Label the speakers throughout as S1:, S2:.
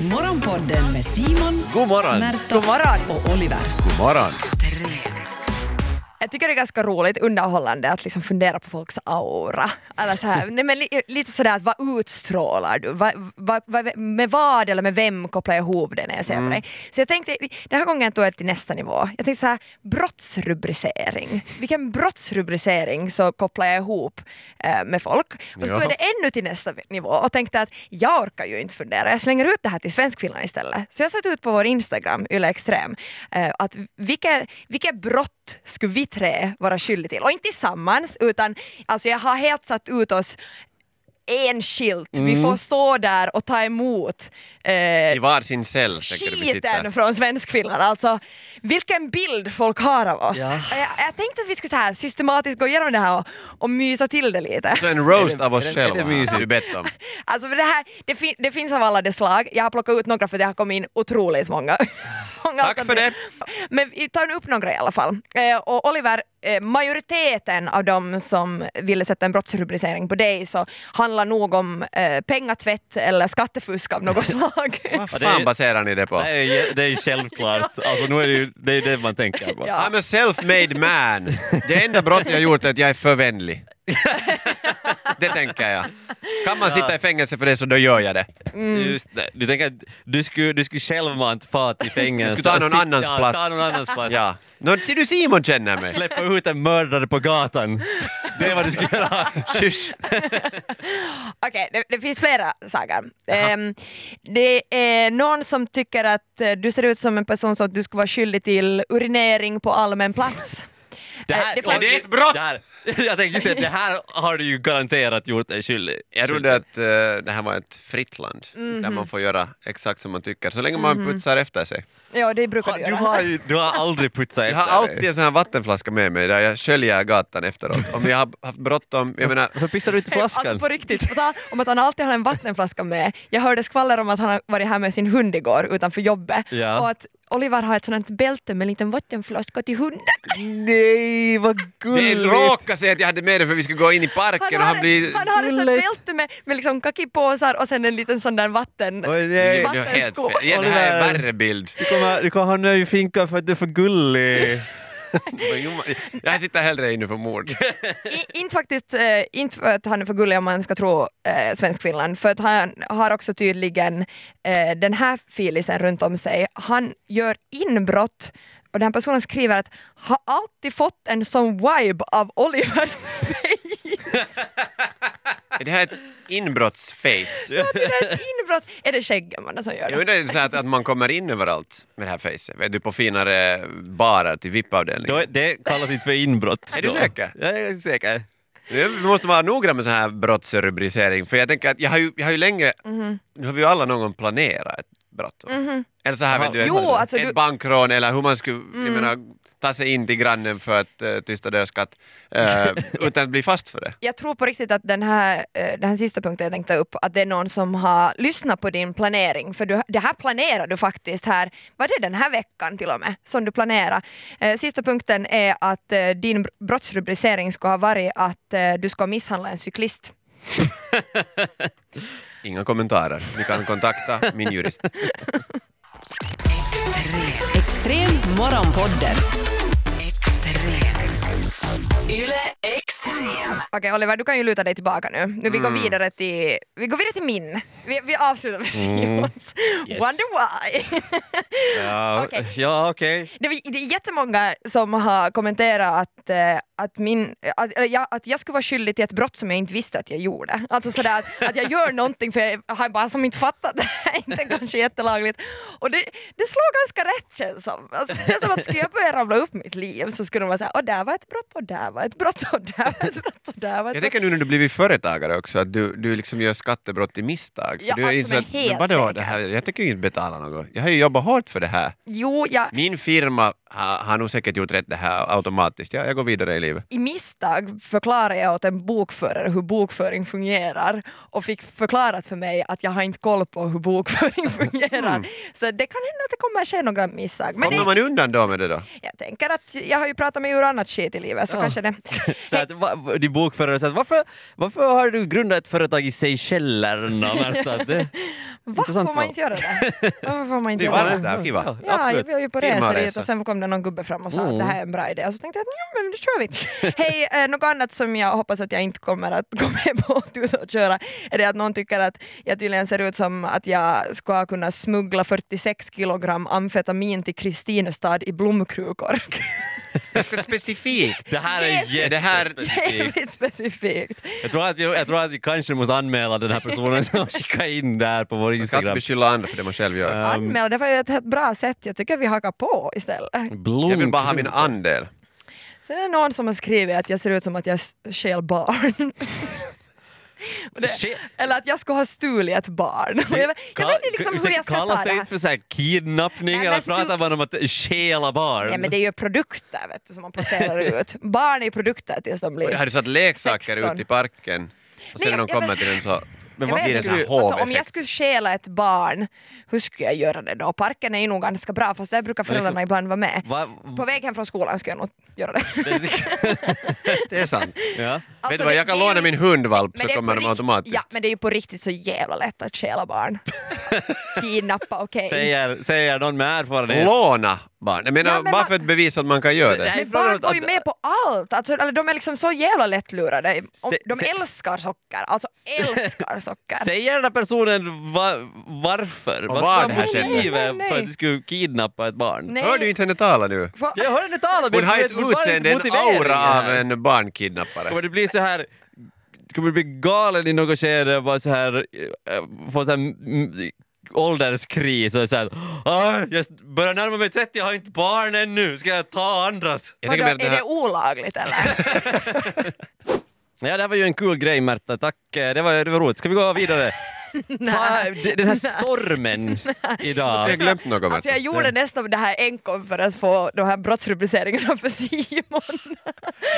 S1: Morgonpodden med Simon,
S2: God morgon.
S1: Märta
S3: God morgon.
S1: och Oliver.
S2: God morgon.
S3: Jag tycker det är ganska roligt, underhållande att liksom fundera på folks aura. Eller så här, nej men li, lite sådär att vad utstrålar du? Va, va, va, med vad eller med vem kopplar jag ihop det när jag ser på dig? Så jag tänkte, den här gången tog jag det till nästa nivå. Jag tänkte så här, brottsrubricering. Vilken brottsrubricering så kopplar jag ihop eh, med folk. Och så tog jag
S2: Ja.
S3: det ännu till nästa nivå och tänkte att jag orkar ju inte fundera, jag slänger ut det här till svenskfinnar istället. Så jag satte ut på vår Instagram, Yle Extrem, eh, att vilka, vilka brott skulle vi tre vara skyldiga till? Och inte tillsammans, utan alltså jag har helt satt ut oss enskilt.
S2: Mm.
S3: Vi får stå där och ta emot eh,
S2: I varsin cell tänker du vi
S3: skiten
S2: sitter.
S3: från svenskfinland. Alltså, vilken bild folk har av oss.
S4: Ja.
S3: Jag, jag tänkte att vi skulle så här systematiskt gå igenom det här och, och mysa till det lite.
S2: Så en roast av
S4: Är det-
S2: oss
S4: är det
S2: själva
S4: mysigt?
S2: har du bett om.
S3: Alltså för det, här, det, fin- det finns av alla de slag. Jag har plockat ut några för det har kommit in otroligt många. många
S2: Tack för det.
S3: Men vi tar nu upp några i alla fall. Eh, och Oliver, eh, majoriteten av de som ville sätta en brottsrubricering på dig så handlar nog om eh, pengatvätt eller skattefusk av något slag.
S2: Vad
S4: det är-
S2: fan baserar ni det på?
S4: Det är ju- det är ju självklart. Alltså, nu är det ju det, är ju det man tänker på.
S3: Ja.
S2: I'm a self-made man. Det enda brott jag gjort är att jag är för vänlig. Det tänker jag. Kan man sitta i fängelse för det så då gör jag det. Mm.
S4: Just det. Du tänker att du skulle, du skulle självmant fara till fängelse.
S2: Jag skulle ta
S4: och
S2: någon
S4: sitta-
S2: annans
S4: ja,
S2: plats.
S4: Ta någon annans plats.
S2: Ja. Nå, ser du Simon känner mig?
S4: Släppa ut en mördare på gatan. Det är vad du skulle göra.
S2: Shush.
S3: Okej, det, det finns flera saker. Ehm, det är någon som tycker att eh, du ser ut som en person som du skulle vara skyldig till urinering på allmän plats. Eh, det får-
S2: Är det ett brott?
S4: Det här, jag tänkte just det, det här har du ju garanterat gjort dig skyldig.
S2: Jag trodde att eh, det här var ett fritt land
S4: Mhm.
S2: där man får göra exakt som man tycker så länge man putsar efter sig.
S3: Ja, det brukar du
S4: Du
S3: göra.
S4: har, ju, du har aldrig putsat
S2: Jag
S4: efter
S2: har alltid
S4: dig.
S2: en sån här vattenflaska med mig där jag sköljer gatan efteråt. Om jag har haft bråttom, jag menar,
S4: Varför pissar du ut i
S3: Alltså
S4: flaskan?
S3: på riktigt, på tal om att han alltid har en vattenflaska med. Jag hörde skvaller om att han har varit här med sin hund igår utanför jobbet
S4: Ja.
S3: och att Oliver har ett sånt här bälte med en liten vattenflaska till hunden.
S4: Nej, vad
S2: det
S4: gulligt!
S2: råkade sig att jag hade med det för vi skulle gå in i
S3: Han
S2: parken och
S3: har,
S2: han blir...
S3: han har ett sånt
S4: Gulligt.
S3: bälte med, med liksom kakipåsar och sen en liten sån där vatten...
S4: Oj, nej.
S2: Det är helt
S3: vattensko.
S2: fel. Ja, det här är en
S4: Oliver.
S2: värre bild.
S4: Du kommer, du kommer hamna i finkan för att du är för gullig.
S2: Men jo, man- Jag sitter hellre inne för mord.
S3: I- Inte faktiskt, eh, inte för att han är för gullig om man ska tro eh, Svenskfinland, för att han har också tydligen eh, den här filisen runt om sig. Han gör inbrott och den här personen skriver att har alltid fått en sån vibe av Olivers face.
S2: Är det här ett inbrottsface?
S3: inbrott. Är det skäggen man som gör
S2: Jag
S3: det?
S2: undrar är det så att, att man kommer in överallt med det här facet? Är du på finare barer till
S4: Då,
S2: VIP-avdelningen?
S4: är- det kallas inte för inbrott.
S2: Är du
S4: då.
S2: säker?
S4: Ja, jag är säker.
S2: Nu måste man vara noggrann med sån här brottsrubricering för jag tänker att jag har ju, jag har ju länge,
S3: Mhm.
S2: nu har vi ju alla någon gång planerat ett brott. Eller så här
S4: Jaha.
S2: vet du,
S3: Jo,
S2: ett,
S3: alltså
S2: ett
S3: du- Mm.
S2: bankrån eller hur man skulle, jag menar, ta sig in till grannen för att eh, tysta deras katt eh, utan att bli fast för det.
S3: Jag tror på riktigt att den här, eh, den här sista punkten jag tänkte upp, att det är någon som har lyssnat på din planering, för du, det här planerar du faktiskt här, var det den här veckan till och med, som du planerar. Eh, Sista punkten är att eh, din br- brottsrubricering ska ha varit att eh, du ska misshandla en cyklist.
S2: Inga kommentarer. Ni kan kontakta min jurist.
S1: Extrem morgonpodden. Extrem. Yle Extrem.
S3: Okej Oliver, du kan ju luta dig tillbaka nu. nu vi, går vidare till, vi går vidare till min. Vi, vi avslutar med Simons.
S2: Yes.
S3: Wonder why.
S4: Ja,
S3: Okej.
S4: ja okej.
S3: Det, var- det är jättemånga som har kommenterat att, eh, att, min, att, eller jag, att jag skulle vara skyldig till ett brott som jag inte visste att jag gjorde. Alltså sådär att, att jag gör någonting för jag har bara som inte fattat det här, inte kanske jättelagligt. Och det, det slår ganska rätt känns som. Alltså, det känns som att skulle jag börja rabbla upp mitt liv så skulle de vara såhär, och där var ett brott och där var ett brott och där var ett brott och där var ett
S2: Jag
S3: brott.
S2: tänker nu när du blivit företagare också att du, du liksom gör skattebrott i misstag.
S3: Ja,
S2: du är
S3: alltså,
S2: insatt-
S3: men helt
S2: vadå, det
S3: säkert.
S2: här, jag tänker ju inte betala något. Jag har ju jobbat hårt för det här.
S3: Jo, jag,
S2: Min firma har, har nog säkert gjort rätt det här automatiskt. Jag, jag går vidare i livet.
S3: i misstag förklarade jag åt en bokförare hur bokföring fungerar och fick förklarat för mig att jag har inte koll på hur bokföring fungerar. Så det kan hända att det kommer ske några misstag. Men
S2: Kommer
S3: det,
S2: man undan då med det då?
S3: jag tänker att jag har ju pratat mig ur annat skit i livet så kanske det.
S4: Så att, va- vad din bokförare sa att varför, varför har du grundat ett företag i Seychellerna Märta? Det-
S3: Va? Får
S4: Intressant
S3: man
S4: val.
S3: inte göra det? Varför får man inte
S2: Det
S3: göra
S2: var
S3: det?
S2: det där, kiva.
S3: Ja,
S4: absolut.
S3: jag var ju på
S2: Firmaresa.
S3: resor dit och sen kom det någon gubbe fram och sa
S4: Mm.
S3: att det här är en bra idé och så tänkte jag att ja, men då kör vi. Hej, eh, något annat som jag hoppas att jag inte kommer att gå med på att ut och köra är det att någon tycker att jag tydligen ser ut som att jag skulle ha kunnat smuggla 46 kilogram amfetamin till Kristinestad i blomkrukor.
S2: Ganska specifikt.
S4: Det här är
S2: Är det här-
S4: jättespecifikt.
S3: Väldigt specifikt.
S4: Jag tror, att jag, jag tror att vi kanske måste anmäla den här personen som skickar in det här på vår
S2: Man ska inte
S4: Instagram.
S2: beskylla andra för det man själv gör.
S3: Anmäl, det var ju ett helt bra sätt. Jag tycker vi hakar på istället.
S4: Blom.
S2: Jag vill bara ha min andel.
S3: Sen är det någon som har skrivit att jag ser ut som att jag s- stjäl barn. Och det-
S4: Shit.
S3: Eller att jag ska ha stulit ett barn. Och Jag, jag vet inte liksom hur jag ska
S4: Kallas
S3: ta
S4: det
S3: det här.
S4: inte för så här kidnappning
S3: Nej, men
S4: eller
S3: stu-
S4: pratar man om att stjäla barn?
S3: Ja, men det är ju produkter vet du, som man placerar ut. Barn är ju produkter tills de
S2: Och det
S3: blir...
S2: har du satt leksaker
S3: 16.
S2: ute i parken och sen
S3: Nej,
S2: när de
S3: jag- jag
S2: kommer
S3: vet-
S2: till den så...
S4: Men
S3: Jag vet
S4: vad blir det
S2: inte.
S4: så här?
S2: här
S3: alltså, om
S2: hov-effekt?
S3: jag skulle stjäla ett barn, hur skulle jag göra det då? Parken är ju nog ganska bra fast där brukar föräldrarna
S4: liksom-
S3: ibland vara med.
S4: Va-
S3: På väg hem från skolan skulle jag nog göra det.
S2: Det är sant.
S4: ja.
S2: Vet
S3: Alltså,
S2: du vad,
S3: det-
S2: jag kan
S3: det är
S2: låna
S3: ju-
S2: min hundvalp
S3: Men
S2: så
S3: det är
S2: kommer
S3: på
S2: de
S3: rikt-
S2: automatiskt.
S3: Ja, men det är ju på riktigt så jävla lätt att stjäla barn. Kidnappa, okej.
S4: Säger, säger någon med erfarenhet.
S2: Låna barn. Jag menar,
S3: Ja, men
S2: bara
S3: va-
S2: för att bevisa att man kan göra
S4: Det här-
S2: det.
S4: Nej,
S3: Men barn
S4: förlåt,
S3: går ju
S4: att-
S3: med på allt! Alltså, eller de är liksom så jävla lättlurade. Och
S4: Se-
S3: de
S4: se-
S3: älskar socker, alltså älskar socker.
S4: Säger den här personen va, varför?
S2: Och
S4: Vad
S2: var
S4: ska
S2: det här
S4: man
S2: skedde?
S4: driva
S3: Nej.
S4: för att du skulle kidnappa ett barn?
S3: Nej.
S2: Hör du inte henne tala nu?
S3: Va-
S4: Jag hör henne tala men
S2: Hon har
S4: jag
S2: ett
S4: vet fortfarande
S2: utseende,
S4: inte
S2: en aura
S4: motiveringen
S2: av
S4: här.
S2: en barnkidnappare.
S4: Kommer du bli så här kommer du bli galen i något skede och vara så här, eh, få så här mm, ålderskris och så här, "Ah, jag börjar närma mig 30, jag har inte barn ännu, ska jag ta andras?
S2: Jag
S3: Vadå,
S2: tänker mer att det
S3: är det
S2: här...
S3: olagligt eller?
S4: Ja, det här var ju en kul grej Märta, tack. Eh, Det var, det var roligt. Ska vi gå vidare? Ta, d- den här stormen
S2: Jag har
S4: idag.
S2: glömt något.
S3: Alltså jag
S2: Märta.
S3: gjorde nästan det här enkom för att få de här brottsrubriceringarna för Simon.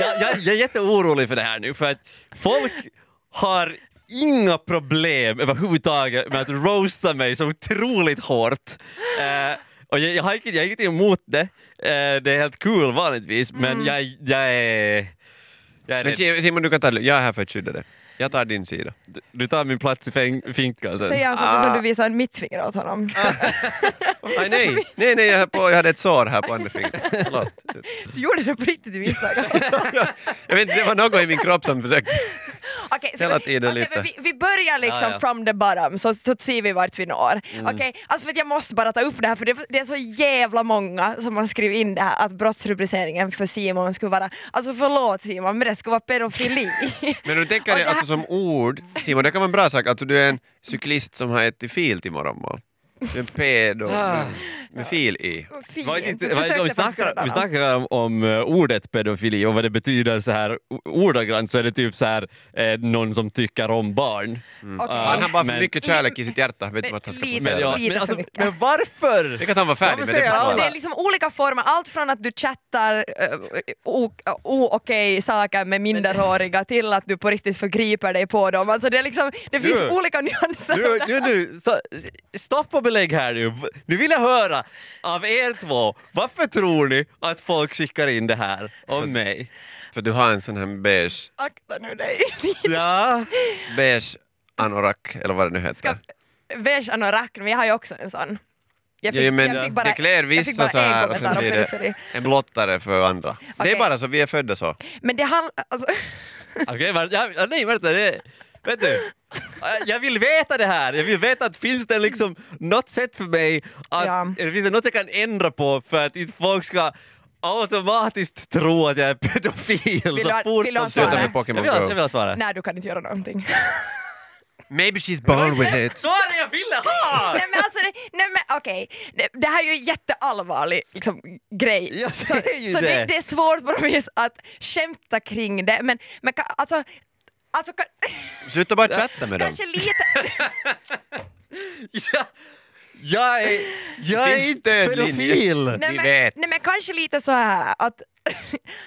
S4: Jag, jag, jag är jätteorolig för det här nu, för att folk har inga problem överhuvudtaget med att roasta mig så otroligt hårt. Eh, och jag, jag har inget, jag har inget emot det. Eh, det är helt kul cool vanligtvis, men jag, jag är... Jag
S2: Men
S4: är rädd.
S2: Sim- Simon, du kan ta det. Jag är här för att skydda dig. Jag tar din sida.
S4: Du tar min plats i fäng, finkan sen.
S3: Säger han så
S2: Ah.
S3: som du visar mitt finger åt honom.
S2: Aj, nej, nej, nej, jag, höll på, jag hade ett sår här på andra fingret. Förlåt.
S3: Du gjorde det på riktigt i misstag.
S2: Jag vet inte, det var något i min kropp som försökte...
S3: Okej, så
S2: Hela
S3: vi-
S2: tiden
S3: okej,
S2: lite.
S3: men Vi, vi börjar liksom
S4: Ja, Mm. ja.
S3: from the bottom så, så ser vi vart vi når. Okej, alltså för att jag måste bara ta upp det här för det, det är så jävla många som har skrivit in det här att brottsrubriceringen för Simon skulle vara, alltså förlåt Simon men det skulle vara pedofili.
S2: Men du tänker
S3: Och
S2: dig
S3: det här-
S2: alltså som ord, Simon, det kan vara en bra sak. Alltså du är en cyklist som har ett i fil till morgonmål. Du är en pedo
S3: Ah.
S2: med, med fil i.
S3: Fint.
S4: Vad är det inte-
S3: Jag
S4: vad är det-
S3: försökte
S4: om vi
S3: faktiskt
S4: snackar,
S3: rädda
S4: vi
S3: honom.
S4: snackar om, om eh, ordet pedofili och vad det betyder så här o- ordagrant så är det typ så här eh, någon som tycker om
S2: Mm.
S4: barn.
S3: Okej.
S4: Ja,
S2: Han har bara för
S4: men-
S2: mycket kärlek i sitt hjärta, vet inte vad han ska
S3: Ah. Men-
S2: placera.
S3: men ja.
S2: det.
S3: lite för mycket.
S4: men varför?
S2: Det kan han vara färdig med,
S4: Varför
S2: det
S4: säger
S2: förstår
S3: Alltså,
S4: alla?
S3: det är liksom olika former, allt från att du chattar uh, okej saker med minderåriga till att du på riktigt förgriper dig på dem. Alltså det, är liksom, det finns
S4: Du-
S3: olika nyanser.
S4: Nu, nu, nu, sta- stopp och belägg här nu. Nu vill jag höra av er två, varför tror ni att folk skickar in det här om mig?
S2: För du har en sån här beige,
S3: Akta nu dig.
S4: Ja,
S2: beige anorak, eller vad det nu heter.
S3: Beige anorak, men jag har ju också en sån. Jag
S2: Ja, men det klär
S3: jag fick
S2: vissa
S3: bara
S2: så här
S3: en
S2: och sen
S3: kommentar
S2: blir
S3: om pedofili.
S2: det en blottare för andra. Det är
S3: Okej.
S2: bara så, vi är födda så.
S3: Men det handlar... Alltså,
S4: okej, okay, ja, ja, nej Märta, det, vet du? Jag vill veta det här, jag vill veta att finns det liksom något sätt för mig att,
S3: Ja.
S4: eller finns det något jag kan ändra på för att inte folk ska automatiskt tro att jag är pedofil
S3: du
S4: så
S3: ha-
S4: fort
S3: vill du ha
S4: de
S3: svaret?
S2: Sluta med
S4: Jag
S2: Pokémon
S4: vill, ha- jag
S2: Go.
S4: vill ha svaret.
S3: nej, du kan inte göra någonting.
S2: Maybe she's born with it.
S4: Svaret jag ville ha!
S3: nej men alltså, det, nej men okej. Det, det här är ju en jätteallvarlig liksom, grej.
S4: Ja, det är ju
S3: så
S4: det.
S3: det. är svårt på något vis att skämta kring det, men, men ka- alltså, alltså ka,
S2: Sluta bara chatta med dem.
S3: kanske lite...
S4: Ja, jag är, jag är
S2: Finns
S4: inte
S2: stödlinjer?
S4: pedofil!
S3: nej,
S2: Vi
S3: men,
S2: vet.
S3: nej men kanske lite så här att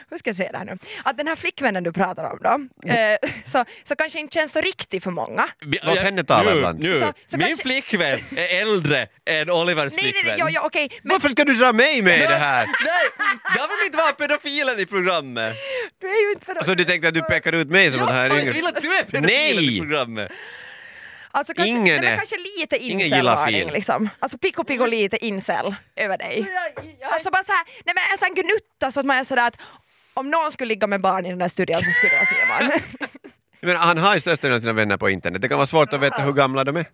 S3: hur ska jag säga det här nu? Att den här flickvännen du pratar om
S2: Mm.
S3: då, eh, så, så kanske inte känns så riktig för många.
S2: Låt henne tala
S4: nu,
S2: ibland.
S4: Nu.
S3: Så- så
S4: Min
S3: kanske-
S4: flickvän är äldre än Olivers
S3: Nej, nej,
S4: flickvän.
S3: nej, ja, ja, okej. Men
S2: Varför ska du dra mig med i det här?
S4: Nej, jag vill inte vara pedofilen i programmet!
S3: du är ju inte för...
S2: Så Alltså, du tänkte att du pekar ut mig som den här
S4: Jag
S2: yngre?
S4: vill att du är pedofilen
S2: Nej!
S4: i programmet!
S3: Alltså kanske,
S2: Ingen
S3: nej, men
S2: är-
S3: kanske lite
S2: ingen
S3: incel
S2: gillar fel.
S3: liksom. Alltså picko picko lite incel över dig. Alltså bara såhär, nej men en sån gnutta så att man är sådär att om någon skulle ligga med barn i den här studion så skulle det vara Simon.
S2: Men han har ju största delen av sina vänner på internet. Det kan vara svårt att veta hur gamla de är.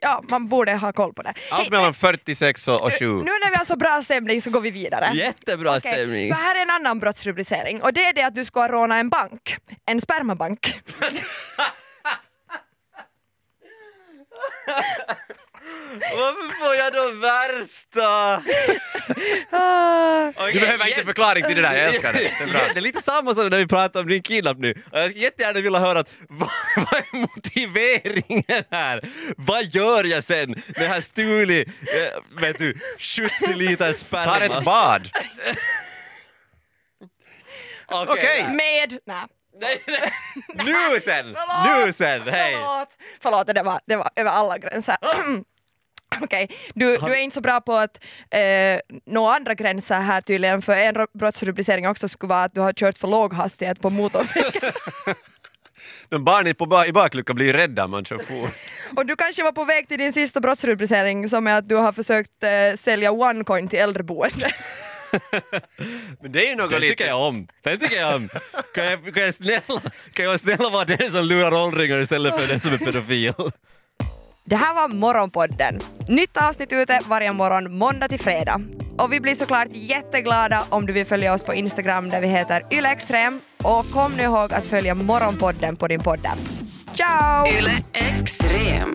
S3: ja, man borde ha koll på det. Hej,
S2: Allt mellan 46 och och 7.
S3: Nu när vi har så bra stämning så går vi vidare.
S4: Jättebra
S3: Okej,
S4: stämning!
S3: För här är en annan brottsrubricering och det är det att du ska råna en bank. En spermabank.
S4: Varför får jag de värsta? Okej,
S2: Du behöver inte
S4: igen.
S2: förklaring till det där, jag älskar det. Det är bra.
S4: Ja, det är lite samma som när vi pratar om din kidnapp nu. Och Jag skulle jättegärna vilja höra att, vad, vad är motiveringen här? Vad gör jag sen när jag har stulit, eh, vet du, 70 liter
S2: Tar
S4: sperma?
S2: ett bad.
S4: Okej.
S2: Okej.
S3: Med... Nej.
S4: Nej, nej. Nu sen!
S3: Förlåt.
S4: Nu sen! Hej!
S3: Förlåt, Förlåt det, var, det var över alla gränser. Okej, du, du är inte så bra på att eh, nå andra gränser här tydligen för en ro- brottsrubricering också skulle vara att du har kört för låg hastighet på motorvägen.
S2: De barnen på ba- i bakluckan blir ju rädda om man kör fort.
S3: Och du kanske var på väg till din sista brottsrubricering som är att du har försökt eh, sälja OneCoin till äldreboende.
S2: Men det är ju något
S4: Den tycker
S2: lite...
S4: jag om. Den tycker jag om. Kan jag, kan jag, snälla, kan jag snälla vara den som lurar åldringar istället för den som är pedofil?
S3: Det här var Morgonpodden. Nytt avsnitt ute varje morgon måndag till fredag. Och vi blir såklart jätteglada om du vill följa oss på Instagram där vi heter ylextrem. Och kom nu ihåg att följa Morgonpodden på din poddapp. Ciao!
S1: Yle Extrem.